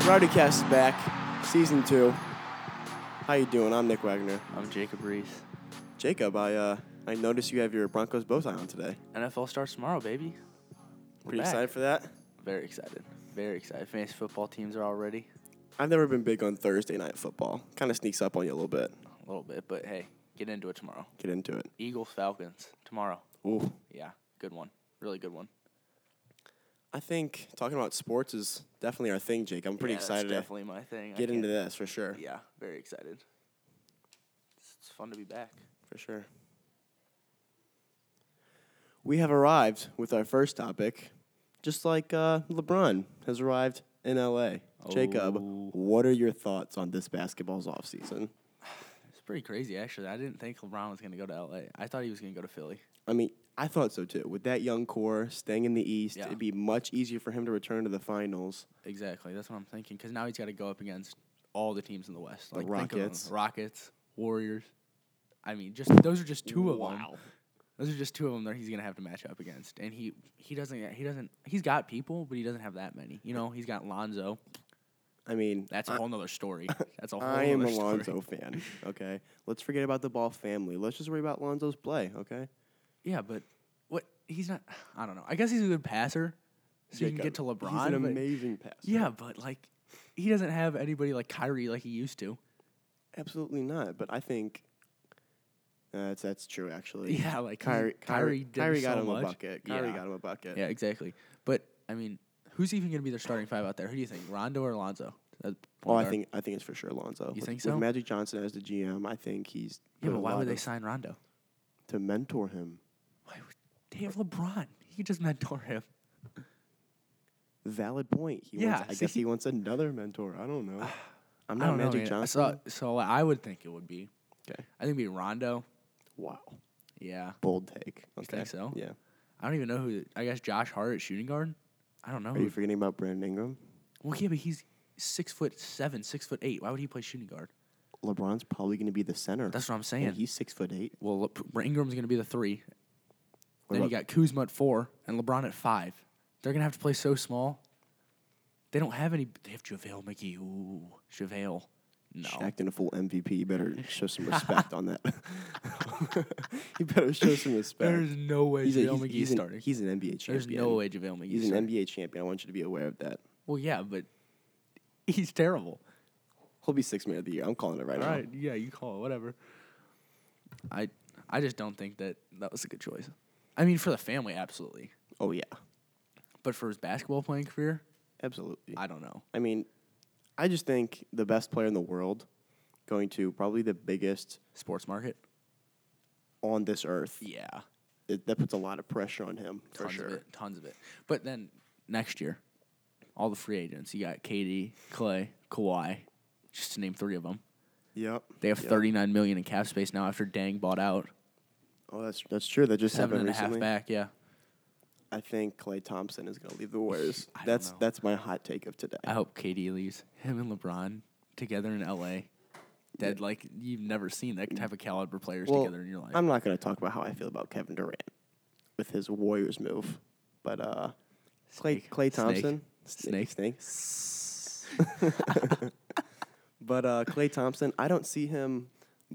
Partycast is back, season two. How you doing? I'm Nick Wagner. I'm Jacob Reese. Jacob, I uh, I noticed you have your Broncos bow tie on today. NFL starts tomorrow, baby. We're Pretty back. excited for that. Very excited. Very excited. Fantasy football teams are all ready. I've never been big on Thursday night football. Kind of sneaks up on you a little bit. A little bit, but hey, get into it tomorrow. Get into it. Eagles Falcons tomorrow. Ooh, Yeah, good one. Really good one. I think talking about sports is definitely our thing, Jake. I'm pretty Yeah, that's excited to definitely my thing. I get into can't- this for sure. Yeah, very excited. It's, it's fun to be back. For sure. We have arrived with our first topic, just like uh, LeBron has arrived in LA. Jacob, Oh. what are your thoughts on this basketball's offseason? It's pretty crazy, actually. I didn't think LeBron was going to go to L.A. I thought he was going to go to Philly. I mean, I thought so too. With that young core staying in the East, Yeah. it'd be much easier for him to return to the finals. Exactly. That's what I'm thinking. Because now he's got to go up against all the teams in the West. The Like think of 'em. Rockets. Rockets, Warriors. I mean, just those are just two of Wow. them. Those are just two of them that he's gonna have to match up against. And he he doesn't he doesn't he's got people, but he doesn't have that many. You know, he's got Lonzo. I mean, That's a whole nother story. That's a whole. I am a nother story. Lonzo fan. Okay, let's forget about the Ball family. Let's just worry about Lonzo's play. Okay, Yeah, but what he's not. I don't know. I guess he's a good passer, so you can get to Jacob, LeBron. He's an but- amazing passer. yeah, but like he doesn't have anybody like Kyrie like he used to. Absolutely not. But I think uh, that's that's true actually. Yeah, like he's- Kyrie, Kyrie, Kyrie, did Kyrie got so him much. a bucket. Kyrie yeah. got him a bucket. Yeah, exactly. But I mean, who's even going to be their starting five out there? Who do you think, Rondo or Lonzo? That Oh, point I guard. think I think it's for sure Lonzo. You With- think With so? Magic Johnson as the GM, I think he's Yeah, put but a why lot would they of- sign Rondo? to mentor him? Why would they have LeBron? He could just mentor him. Valid point. He Yeah, wants, I see? guess he wants another mentor. I don't know. I'm I not don't know, Magic man. Johnson. So, so I would think it would be. Okay. I think it'd be Rondo. Wow. Yeah. Bold take. Okay. think so? Yeah. I don't even know who. I guess Josh Hart at shooting guard. I don't know. Are you Who, forgetting about Brandon Ingram? well, yeah, but he's six foot seven, six foot eight. Why would he play shooting guard? LeBron's probably going to be the center. That's what I'm and saying. he's six foot eight. well, Le- Ingram's going to be the three. What then you about- got Kuzma at four and LeBron at five. They're gonna have to play so small. They don't have any. They have JaVale McGee. Ooh, JaVale. No. Shaq in a full MVP. You better show some respect on that. you better show some respect. There's no way he's, a, JaVale he's, McGee's he's an, starting. he's an NBA champion. There's no way JaVale McGee's He's an starting. NBA champion. I want you to be aware of that. Well, yeah, but he's terrible. He'll be six man of the year. I'm calling it right All now. right. Yeah, you call it whatever. I I just don't think that that was a good choice. I mean, for the family, absolutely. Oh yeah, But for his basketball playing career, absolutely. I, I don't know. mean, I just think the best player in the world going to probably the biggest Sports market. on this earth. Yeah. It, that puts a lot of pressure on him for tons sure. of it, tons of it. But then next year, all the free agents. You got Katie, Clay, Kawhi, just to name three of them. Yep. They have Yep. 39 million in cap space now after Dang bought out Oh, that's that's true. That just seven happened and a half recently. back. Yeah, I think Clay Thompson is going to leave the Warriors. I don't that's know. that's my hot take of today. I hope Katie leaves. Him and LeBron together in L.A. That like you've never seen that type of caliber players Well, together in your life. I'm not going to talk about how I feel about Kevin Durant with his Warriors move, but uh, Clay Snake. Clay Snake. Thompson, Snake. Snake. but uh, Clay Thompson, I don't see him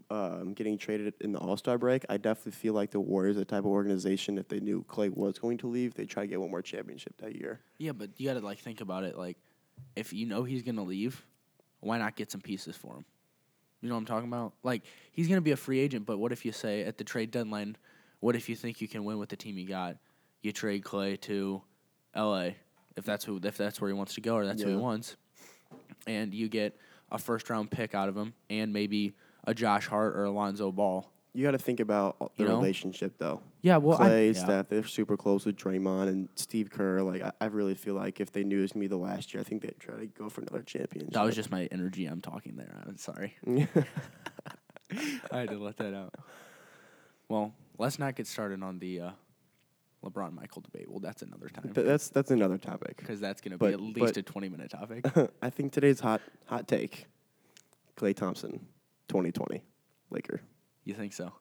um, getting traded in the All Star break. I definitely feel like the Warriors, are the type of organization, if they knew Clay was going to leave, they try to get one more championship that year. yeah, but you got to like think about it. Like, if you know he's gonna leave, why not get some pieces for him? You know what I'm talking about? Like he's gonna be a free agent, but what if you say at the trade deadline, what if you think you can win with the team you got? You trade Clay to LA if that's who if that's where he wants to go or that's who he Yeah. wants. And you get a first round pick out of him and maybe a Josh Hart or Alonzo Ball. You got to think about the You know? relationship, though. Yeah, well, I- Clay, yeah. Steph, they're super close with Draymond and Steve Kerr. Like, I, I really feel like if they knew it was me the last year, I think they'd try to go for another championship. That was just my energy I'm talking there. I'm sorry. I had to let that out. Well, let's not get started on the uh, LeBron Michael debate. Well, that's another time. Th- that's that's another topic. because that's going to But- be at least but- a 20 minute topic. I think today's hot hot take, Clay Thompson, 2020, Laker. you think so?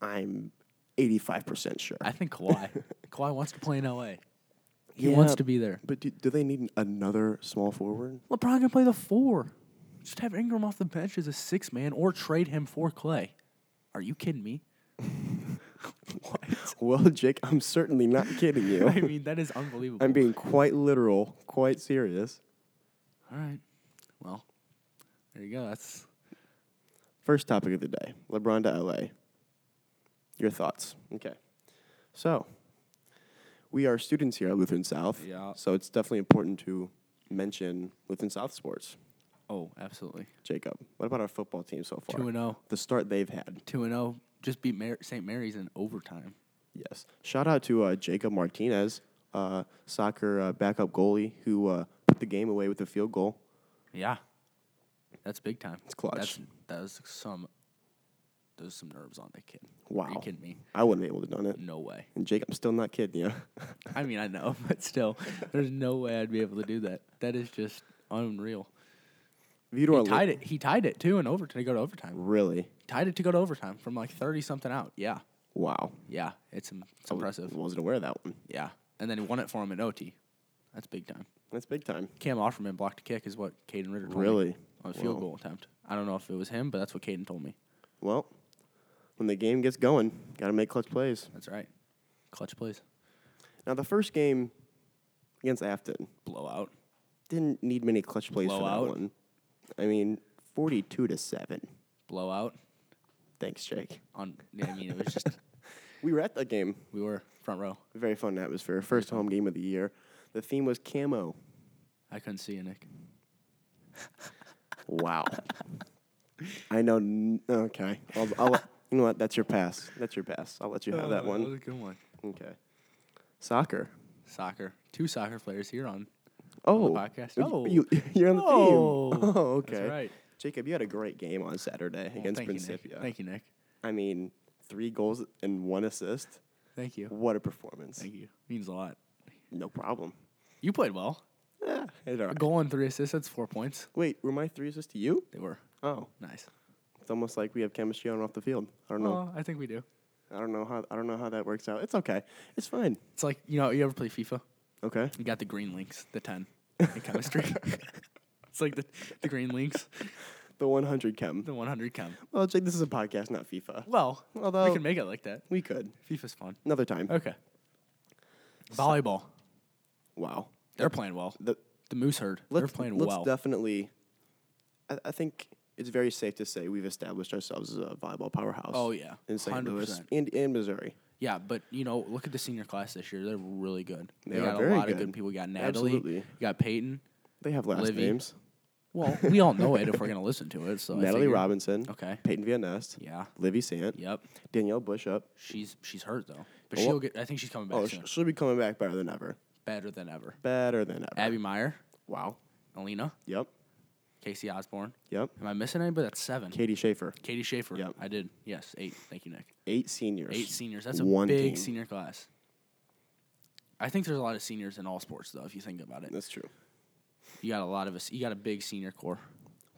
I'm 85 percent sure. I think Kawhi. Kawhi wants to play in LA. He wants Yeah. to be there. But do, do they need another small forward? LeBron can play the four. Just have Ingram off the bench as a six man or trade him for Clay. Are you kidding me? what? Well, Jake, I'm certainly not kidding you. I mean, that is unbelievable. I'm being quite literal, quite serious. All right. Well, there you go. That's First topic of the day LeBron to LA. Your thoughts. Okay. So, we are students here at Lutheran South. Yeah. So, it's definitely important to mention Lutheran South sports. oh, absolutely Jacob, what about our football team so far? two and oh. zero, the start they've had. two and zero. Just beat Mar- St. Mary's in overtime. Yes. Shout out to uh, Jacob Martinez, uh, soccer uh, backup goalie, who uh, put the game away with a field goal. Yeah, that's big time. It's clutch. That's, that was some. There's some nerves on that kid. Are Wow. you kidding me? I wouldn't be able to done it. No way. And Jake, I'm still not kidding you. I mean, I know, but still, there's no way I'd be able to do that. That is just unreal. Vitor He Ale- tied it. He tied it too in overtime to go to overtime. Really? Tied it to go to overtime from like thirty something out. Yeah, Wow. yeah. It's, im- it's Oh, I w- impressive. wasn't aware of that one. Yeah, and then he won it for him in OT. That's big time. That's big time. Cam Offerman blocked a kick, is what Caden Ritter told me Really? on a field Wow. goal attempt. I don't know if it was him, but that's what Caden told me. Well, when the game gets going, got to make clutch plays. That's right. Clutch plays. Now, the first game against Afton Blowout. didn't need many clutch plays Blowout. for that one. I mean, 42 to 7. Blowout. Thanks, Jake. On. yeah, I mean, it was just We were at that game. we were front row. Very fun atmosphere. First home game of the year. The theme was camo. I couldn't see you, Nick. Wow. I know. N- okay. I'll, I'll, you know what? That's your pass. That's your pass. I'll let you have that was one. a good one. Okay. Soccer. Soccer. Two soccer players here on. Oh. podcast. you- Oh. You, you're on the Oh, team. Oh, okay. that's right. Jacob, you had a great game on Saturday Well, against thank You, Principia. Nick. Thank you, Nick. I mean, three goals and one assist. Thank you. What a performance. Thank you. Means a lot. No problem. You played well. Yeah. it's all A right. goal and three assists. That's four points. Wait, were my three assists to you? They were Oh. nice. It's almost like we have chemistry on and off the field. I don't know. Well, I think we do. I don't know how I don't know how that works out. It's okay. It's fine. It's like you know. You ever play FIFA? Okay. You got the green links, the ten in chemistry. it's like the, the green links, The 100 chem. the 100 chem. Well, Jake, this is a podcast, not FIFA. Well, Although- we can make it like that. We could FIFA's fun. another time. Okay. Volleyball. Wow. They're playing well. The, The Moose Herd. They're let's playing let's well. definitely. I, I think it's very safe to say we've established ourselves as a volleyball powerhouse. Oh, yeah. in St. Louis 100%. and and Missouri. Yeah, but you know, look at the senior class this year. They're really good. They are got very a lot of good. good people. You got Natalie. Absolutely. You got Peyton. They have last Livy. names. Well, we all know it if we're gonna listen to it. So I Natalie figured- Robinson. Okay. Peyton Van Nest. Yeah. Livy Sant. Yep. Danielle Bushup. She's she's hurt though, but Well- she'll get. I think she's coming back Oh, sh- soon. she'll be coming back better than ever. Better than ever. Better than ever. Abby Meyer, Wow. Alina, Yep. Casey Osborne. Yep. Am I missing anybody? That's seven. Katie Schaefer. Katie Schaefer. Yep. I did. Yes, eight. Thank you, Nick. Eight seniors. Eight seniors. That's a One big team. senior class. I think there's a lot of seniors in all sports though. If you think about it, That's true. you got a lot of us. You got a big senior core.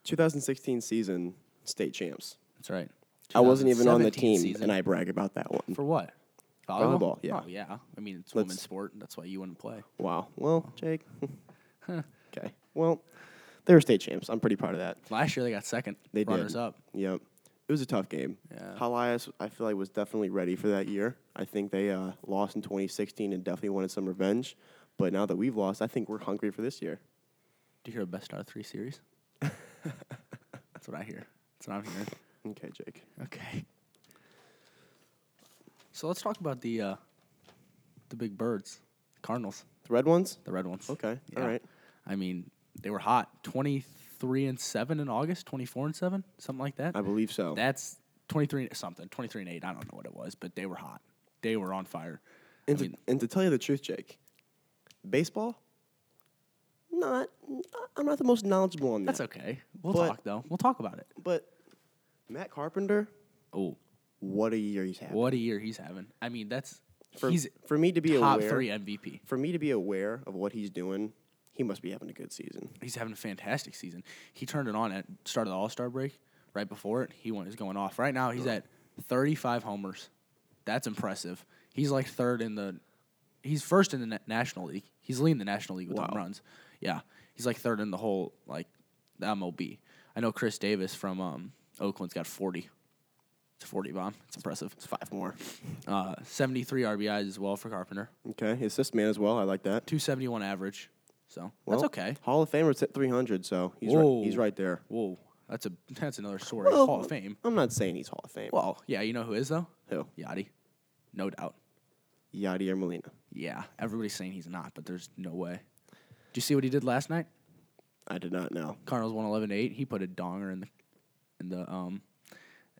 2016 season state champs. That's right. I wasn't even on the 2017 team, season. and I brag about that one. For what? Volleyball, yeah. Oh, yeah. I mean, it's Let's- women's sport. That's why you wouldn't play. Wow. Well, Jake. okay. Well, they were state champs. I'm pretty proud of that. Last year they got second. They did. runners up. Yep. It was a tough game. Yeah. Halias, I feel like, was definitely ready for that year. I think they uh, lost in 2016 and definitely wanted some revenge. But now that we've lost, I think we're hungry for this year. Do you hear a best out of three series? That's what I hear. That's what I'm hearing. Okay, Jake. Okay. So let's talk about the uh, the big birds, Cardinals, The red ones? the red ones. Okay. Yeah. All right. I mean, they were hot. Twenty three and seven in August. Twenty four and seven, something like that. I believe so. That's twenty three something. Twenty three and eight. I don't know what it was, but they were hot. They were on fire. I And, mean- to, and to tell you the truth, Jake, baseball, not, I'm not the most knowledgeable on that. That's okay. We'll But- talk though. We'll talk about it. But Matt Carpenter, Oh, what a year he's had. what a year he's having. I mean, that's For, he's for me to be top aware, three MVP. for me to be aware of what he's doing, he must be having a good season. He's having a fantastic season. He turned it on at start of the All Star break. Right before it, he went, was going off. Right now, he's at 35 homers. That's impressive. He's like third in the. He's first in the na- National League. He's leading the National League with Wow. home runs. Yeah, he's like third in the whole like the MLB. I know Chris Davis from um, Oakland's got forty. It's a forty bomb. It's impressive. It's five more. Uh, Seventy three RBIs as well for Carpenter. Okay, his assist man as well. I like that. Two seventy one average. So Well, that's okay. Hall of Famer's at 300, so he's right, he's Whoa. right there. Whoa, that's a that's another story. Well, Hall of Fame. I'm not saying he's Hall of Fame. Well, yeah, you know who is though? Who? Yachty, no doubt. Yadier Molina. Yeah, everybody's saying he's not, but there's no way. Do you see what he did last night? I did not know. Cardinals won eleven to eight. He put a donger in the in the um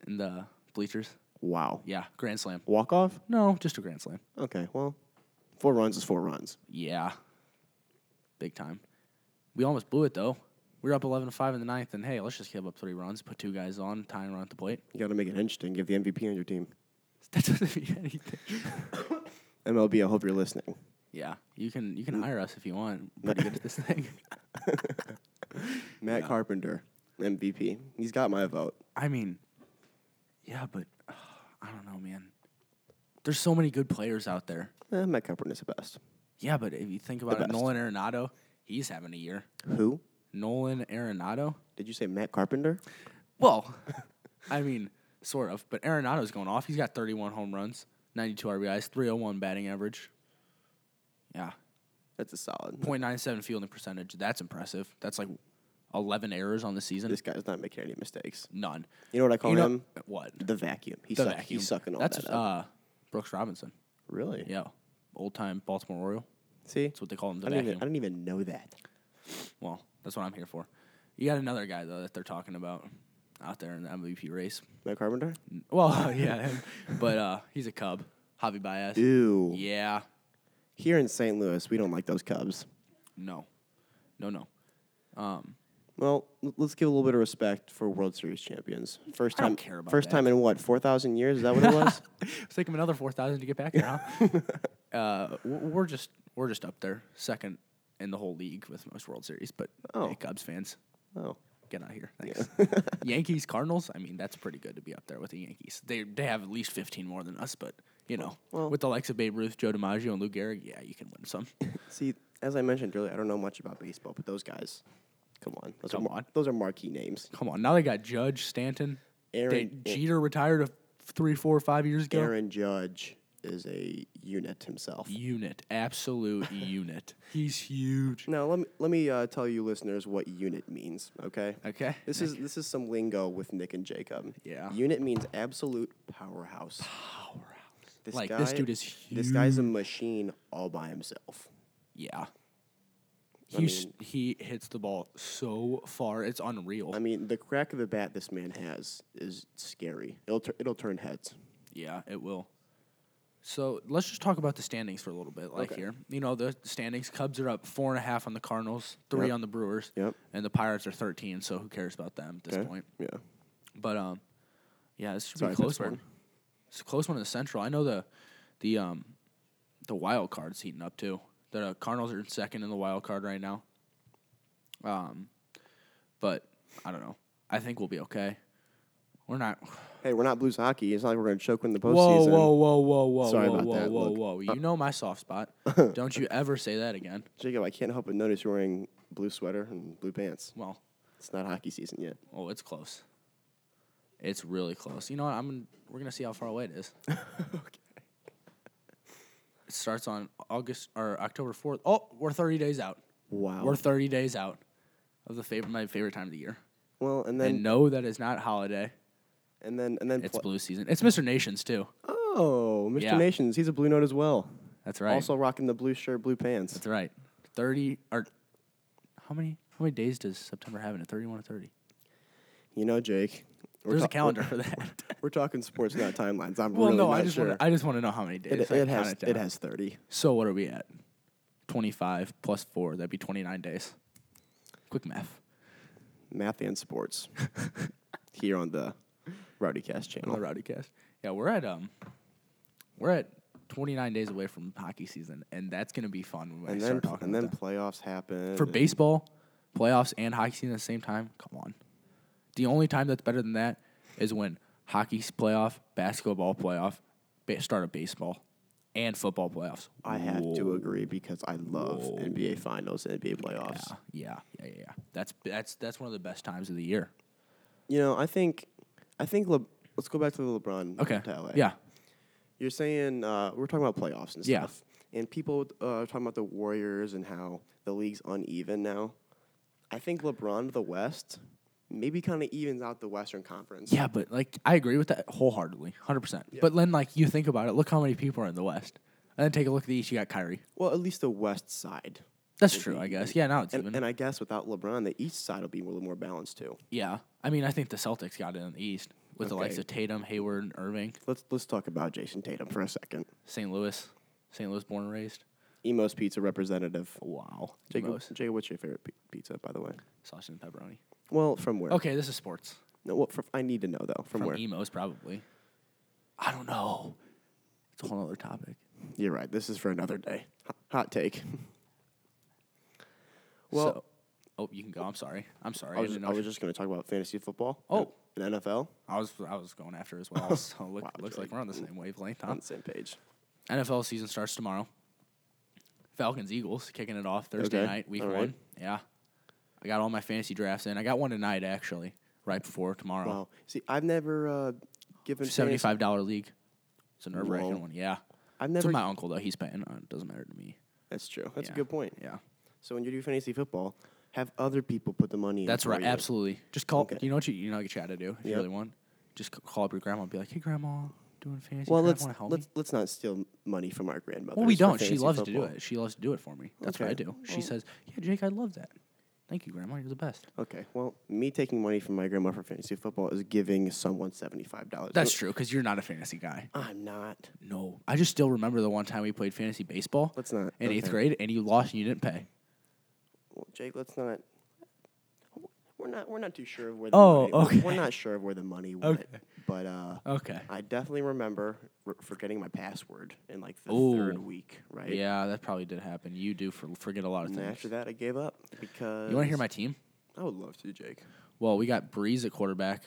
in the bleachers. Wow. Yeah, grand slam. Walk off? No, just a grand slam. Okay, well, four runs is four runs. Yeah, big time. We almost blew it though. We were up eleven to five in the ninth, and hey, let's just give up three runs, put two guys on, tying run at the plate. You got to make it interesting. Give the MVP on your team. That doesn't mean anything. MLB, I hope you're listening. Yeah, you can you can hire us if you want. We're Pretty good at this thing. Matt Carpenter, MVP. He's got my vote. I mean, yeah, but I don't know, man. There's so many good players out there. Eh, Matt Carpenter's the best. Yeah, but if you think about it, best. Nolan Arenado, he's having a year. Who? Nolan Arenado? Did you say Matt Carpenter? Well, I mean, sort of. But Arenado's going off. He's got 31 home runs, 92 RBIs, 301 batting average. Yeah. That's a solid. 0.97 fielding percentage. That's impressive. That's like 11 errors on the season. This guy's not making any mistakes. None. You know what I call You know- him? What? The vacuum. He's, The suck- vacuum. he's sucking all That's, that up. uh, Brooks Robinson. really? Yeah. Old time Baltimore Oriole. See, That's what they call him. The I didn't, vacuum. even, I didn't even know that. Well, that's what I'm here for. You got another guy though that they're talking about out there in the MVP race. Matt Carpenter? Mm. Well, yeah, him. but uh, he's a Cub, Javi Baez. Ew. Yeah, Here in St. Louis, we don't like those Cubs. no, no, no. Well, l- let's give a little bit of respect for World Series champions. First I time, don't care about first that. time in what four thousand years? Is that what it was? Let's take him another four thousand to get back there. Huh? uh, w- we're just we're just up there, second in the whole league with most World Series. But Oh. hey, Cubs fans, oh, get out of here. Thanks. Yankees, Cardinals. I mean, that's pretty good to be up there with the Yankees. They they have at least fifteen more than us, but. You know, Well- with the likes of Babe Ruth, Joe DiMaggio, and Lou Gehrig, yeah, you can win some. see, as I mentioned earlier, I don't know much about baseball, but those guys, come on, those Come are mar- on. those are marquee names. Come on, now they got Judge Stanton. Aaron- They- Jeter retired a three, four, five years ago. Aaron Judge is a unit himself. Unit, absolute unit. He's huge. Now let me let me uh, tell you listeners what unit means. Okay. Okay. This is this is some lingo with Nick and Jacob. Yeah. Unit means absolute powerhouse. This Like, this dude is This guy's a machine all by himself. Yeah. I He's, he hits the ball so far, it's unreal. I mean, the crack of the bat this man has is scary. It'll tur- it'll turn heads. yeah, it will. So let's just talk about the standings for a little bit, like Okay. here. You know, the standings Cubs are up four and a half on the Cardinals, three Yep. on the Brewers, Yep. and the Pirates are 13, so who cares about them at this Okay? point? Yeah. But um, yeah, this should Sorry, be a close Pittsburgh. one. It's a close one in the Central. I know the the um the wild card's heating up too. The uh, Cardinals are second in the wild card right now. Um, but I don't know. I think we'll be okay. We're not. Hey, we're not Blues hockey. It's not like we're going to choke in the postseason. Whoa, whoa, whoa, whoa, whoa, Sorry whoa, about whoa, that. whoa, Look, uh, whoa! You know my soft spot. don't you ever say that again. Jacob, I can't help but notice you're wearing blue sweater and blue pants. Well, It's not hockey season yet. oh, it's close. It's really close. You know what? I'm. gonna- We're gonna see how far away it is. It starts on August or October fourth. Oh, we're thirty days out. Wow. We're thirty days out of the favorite my favorite time of the year. well, and And then no, that is not holiday. and then and then It's pl- blue season. It's Mr. Nations too. Oh, Mr. Yeah. Nations, he's a blue note as well. That's right. Also rocking the blue shirt, blue pants. That's right. Thirty or how many how many days does September have in it? Thirty one or thirty? You know, Jake. We're There's a ta- calendar for that. We're, we're talking sports, not timelines. I'm well, really no, not I just sure. wanna, I just want to know how many days. it, I it count has it it down. has thirty. So what are we at? Twenty five plus four. That'd be twenty nine days. Quick math. Math and sports here on the Rowdycast on channel. the Rowdy Cast. Yeah, we're at um, we're at 29 days away from hockey season, and that's gonna be fun when and we then start talking. and then about that. playoffs happen. for and- baseball, playoffs and hockey season at the same time. Come on, the only time that's better than that is when hockey's playoff, basketball playoff, ba- start of baseball. and football playoffs. I have Whoa. to agree because I love Whoa. NBA Finals, NBA playoffs. Yeah, yeah, yeah, yeah. That's that's that's one of the best times of the year. You know, I think, I think. Le- let's go back to the LeBron. Okay. to LA. Yeah. You're saying uh, we're talking about playoffs and Yeah. stuff, and people uh, are talking about the Warriors and how the league's uneven now. I think LeBron to the West maybe kind of evens out the Western Conference. Yeah, but like I agree with that wholeheartedly, hundred percent. But then like you think about it, look how many people are in the West, and then take a look at the East. You got Kyrie. Well, at least the West side. That's Would true, be I guess. even. Yeah, now it's And, even. and I guess without LeBron, the East side will be a little more balanced too. yeah, I mean, I think the Celtics got it in the East with the likes Okay. of Tatum, Hayward, and Irving, Let's let's talk about Jason Tatum for a second. St. Louis, St. Louis born and raised. Emo's Pizza representative. Wow, Jacob, Emo's. Jacob, what's your favorite pi- pizza, by the way? sausage and pepperoni. Well, from where? Okay, this is sports. No, what, from, I need to know though. From, From where? emos, probably. I don't know. It's a whole other topic. You're right. This is for another day. H- Hot take. well, So- oh, you can go. I'm sorry. I'm sorry. I I, was, didn't know I if- was just going to talk about fantasy football. Oh. and NFL I was I was going after as well. So look, Wow, looks Drake. like we're on the same wavelength. Huh? on the same page. NFL season starts tomorrow. Falcons Eagles kicking it off Thursday Okay, night, week all one. right. Yeah, I got all my fantasy drafts in. I got one tonight actually, right before tomorrow. Wow. See, I've never uh, given fantasy- Seventy-five dollar league. It's a nerve-wracking Whoa. one. Yeah, I've it's never. with my uncle though. He's paying. Uh, It doesn't matter to me. that's true. That's Yeah. a good point. Yeah, So when you do fantasy football, have other people put the money. in that's for right. you. Absolutely. Just call. Okay. You know what you you know what you got to do if you Yep. really want. Just c- call up your grandma and be like, "Hey, grandma, doing fantasy. Well, let's draft, wanna help me?" let's let's not steal money from our grandmother. Well, we don't. She loves to do it. She loves to do it for me. That's what I Okay. do. She says, "Yeah, Jake, I love that. Thank you, Grandma. You're the best." Okay. Well, me taking money from my grandma for fantasy football is giving someone seventy five dollars. That's true because you're not a fantasy guy. I'm not. No, I just still remember the one time we played fantasy baseball. Let's not. in eighth okay. grade, and you lost and you didn't pay. Well, Jake, let's not. We're not. We're not too sure of where. The Oh, money, we're- We're okay. not sure of where the money went. Okay. But uh, Okay. I definitely remember r forgetting my password in like the third Ooh. week. Right. Yeah, that probably did happen. You do for, forget a lot of And things. after that, I gave up because. you want to hear my team? I would love to, Jake. Well, we got Breeze at quarterback,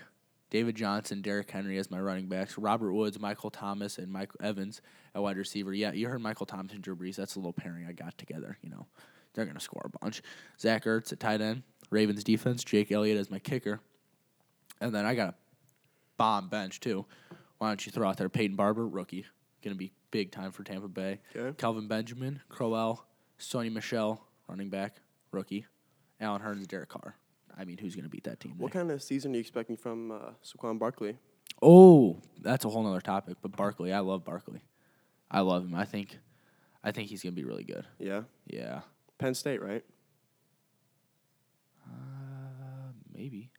David Johnson, Derrick Henry as my running backs, Robert Woods, Michael Thomas, and Mike Evans at wide receiver. Yeah, you heard Michael Thomas and Drew Brees. That's a little pairing I got together. You know, they're going to score a bunch. Zach Ertz at tight end, Ravens defense, Jake Elliott as my kicker. And then I got a bomb bench, too. Why don't you throw out there Peyton Barber, rookie? Going to be big time for Tampa Bay. Okay. Calvin Benjamin, Crowell, Sony Michelle, running back, rookie. Alan Hearns, Derek Carr. I mean, who's going to beat that team? What Nick? kind of season are you expecting from uh, Saquon Barkley? oh, that's a whole nother topic. But Barkley, I love Barkley. I love him. I think, I think he's going to be really good. Yeah, Yeah, Penn State, right? uh, maybe.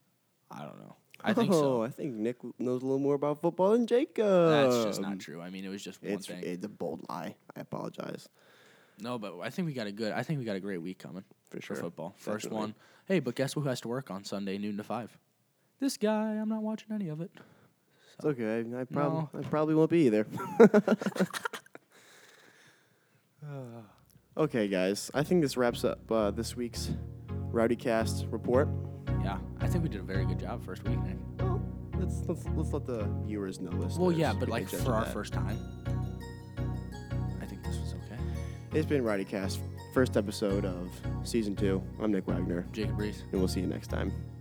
I don't know. I think so. Oh, I think Nick knows a little more about football than Jacob. That's just not true. I mean, it was just one Oh, um, It's thing. it's a bold lie. I apologize. no, but I think we got a good. I think we got a great week coming For sure. football. First Definitely. one. Hey, but guess who has to work on Sunday noon to five? This guy. I'm not watching any of it. It's okay. I, I probably No. I probably won't be either. okay, guys. I think this wraps up uh, this week's Rowdy Cast report. Yeah, I think we did a very good job first week, Nick. Well, let's let's, let's let the viewers know. Listeners, Well, yeah, be but the like judge for of our that. first time, I think this was okay. It's been Rowdy Cast, first episode of season two. I'm Nick Wagner, Jacob Reese. and we'll see you next time.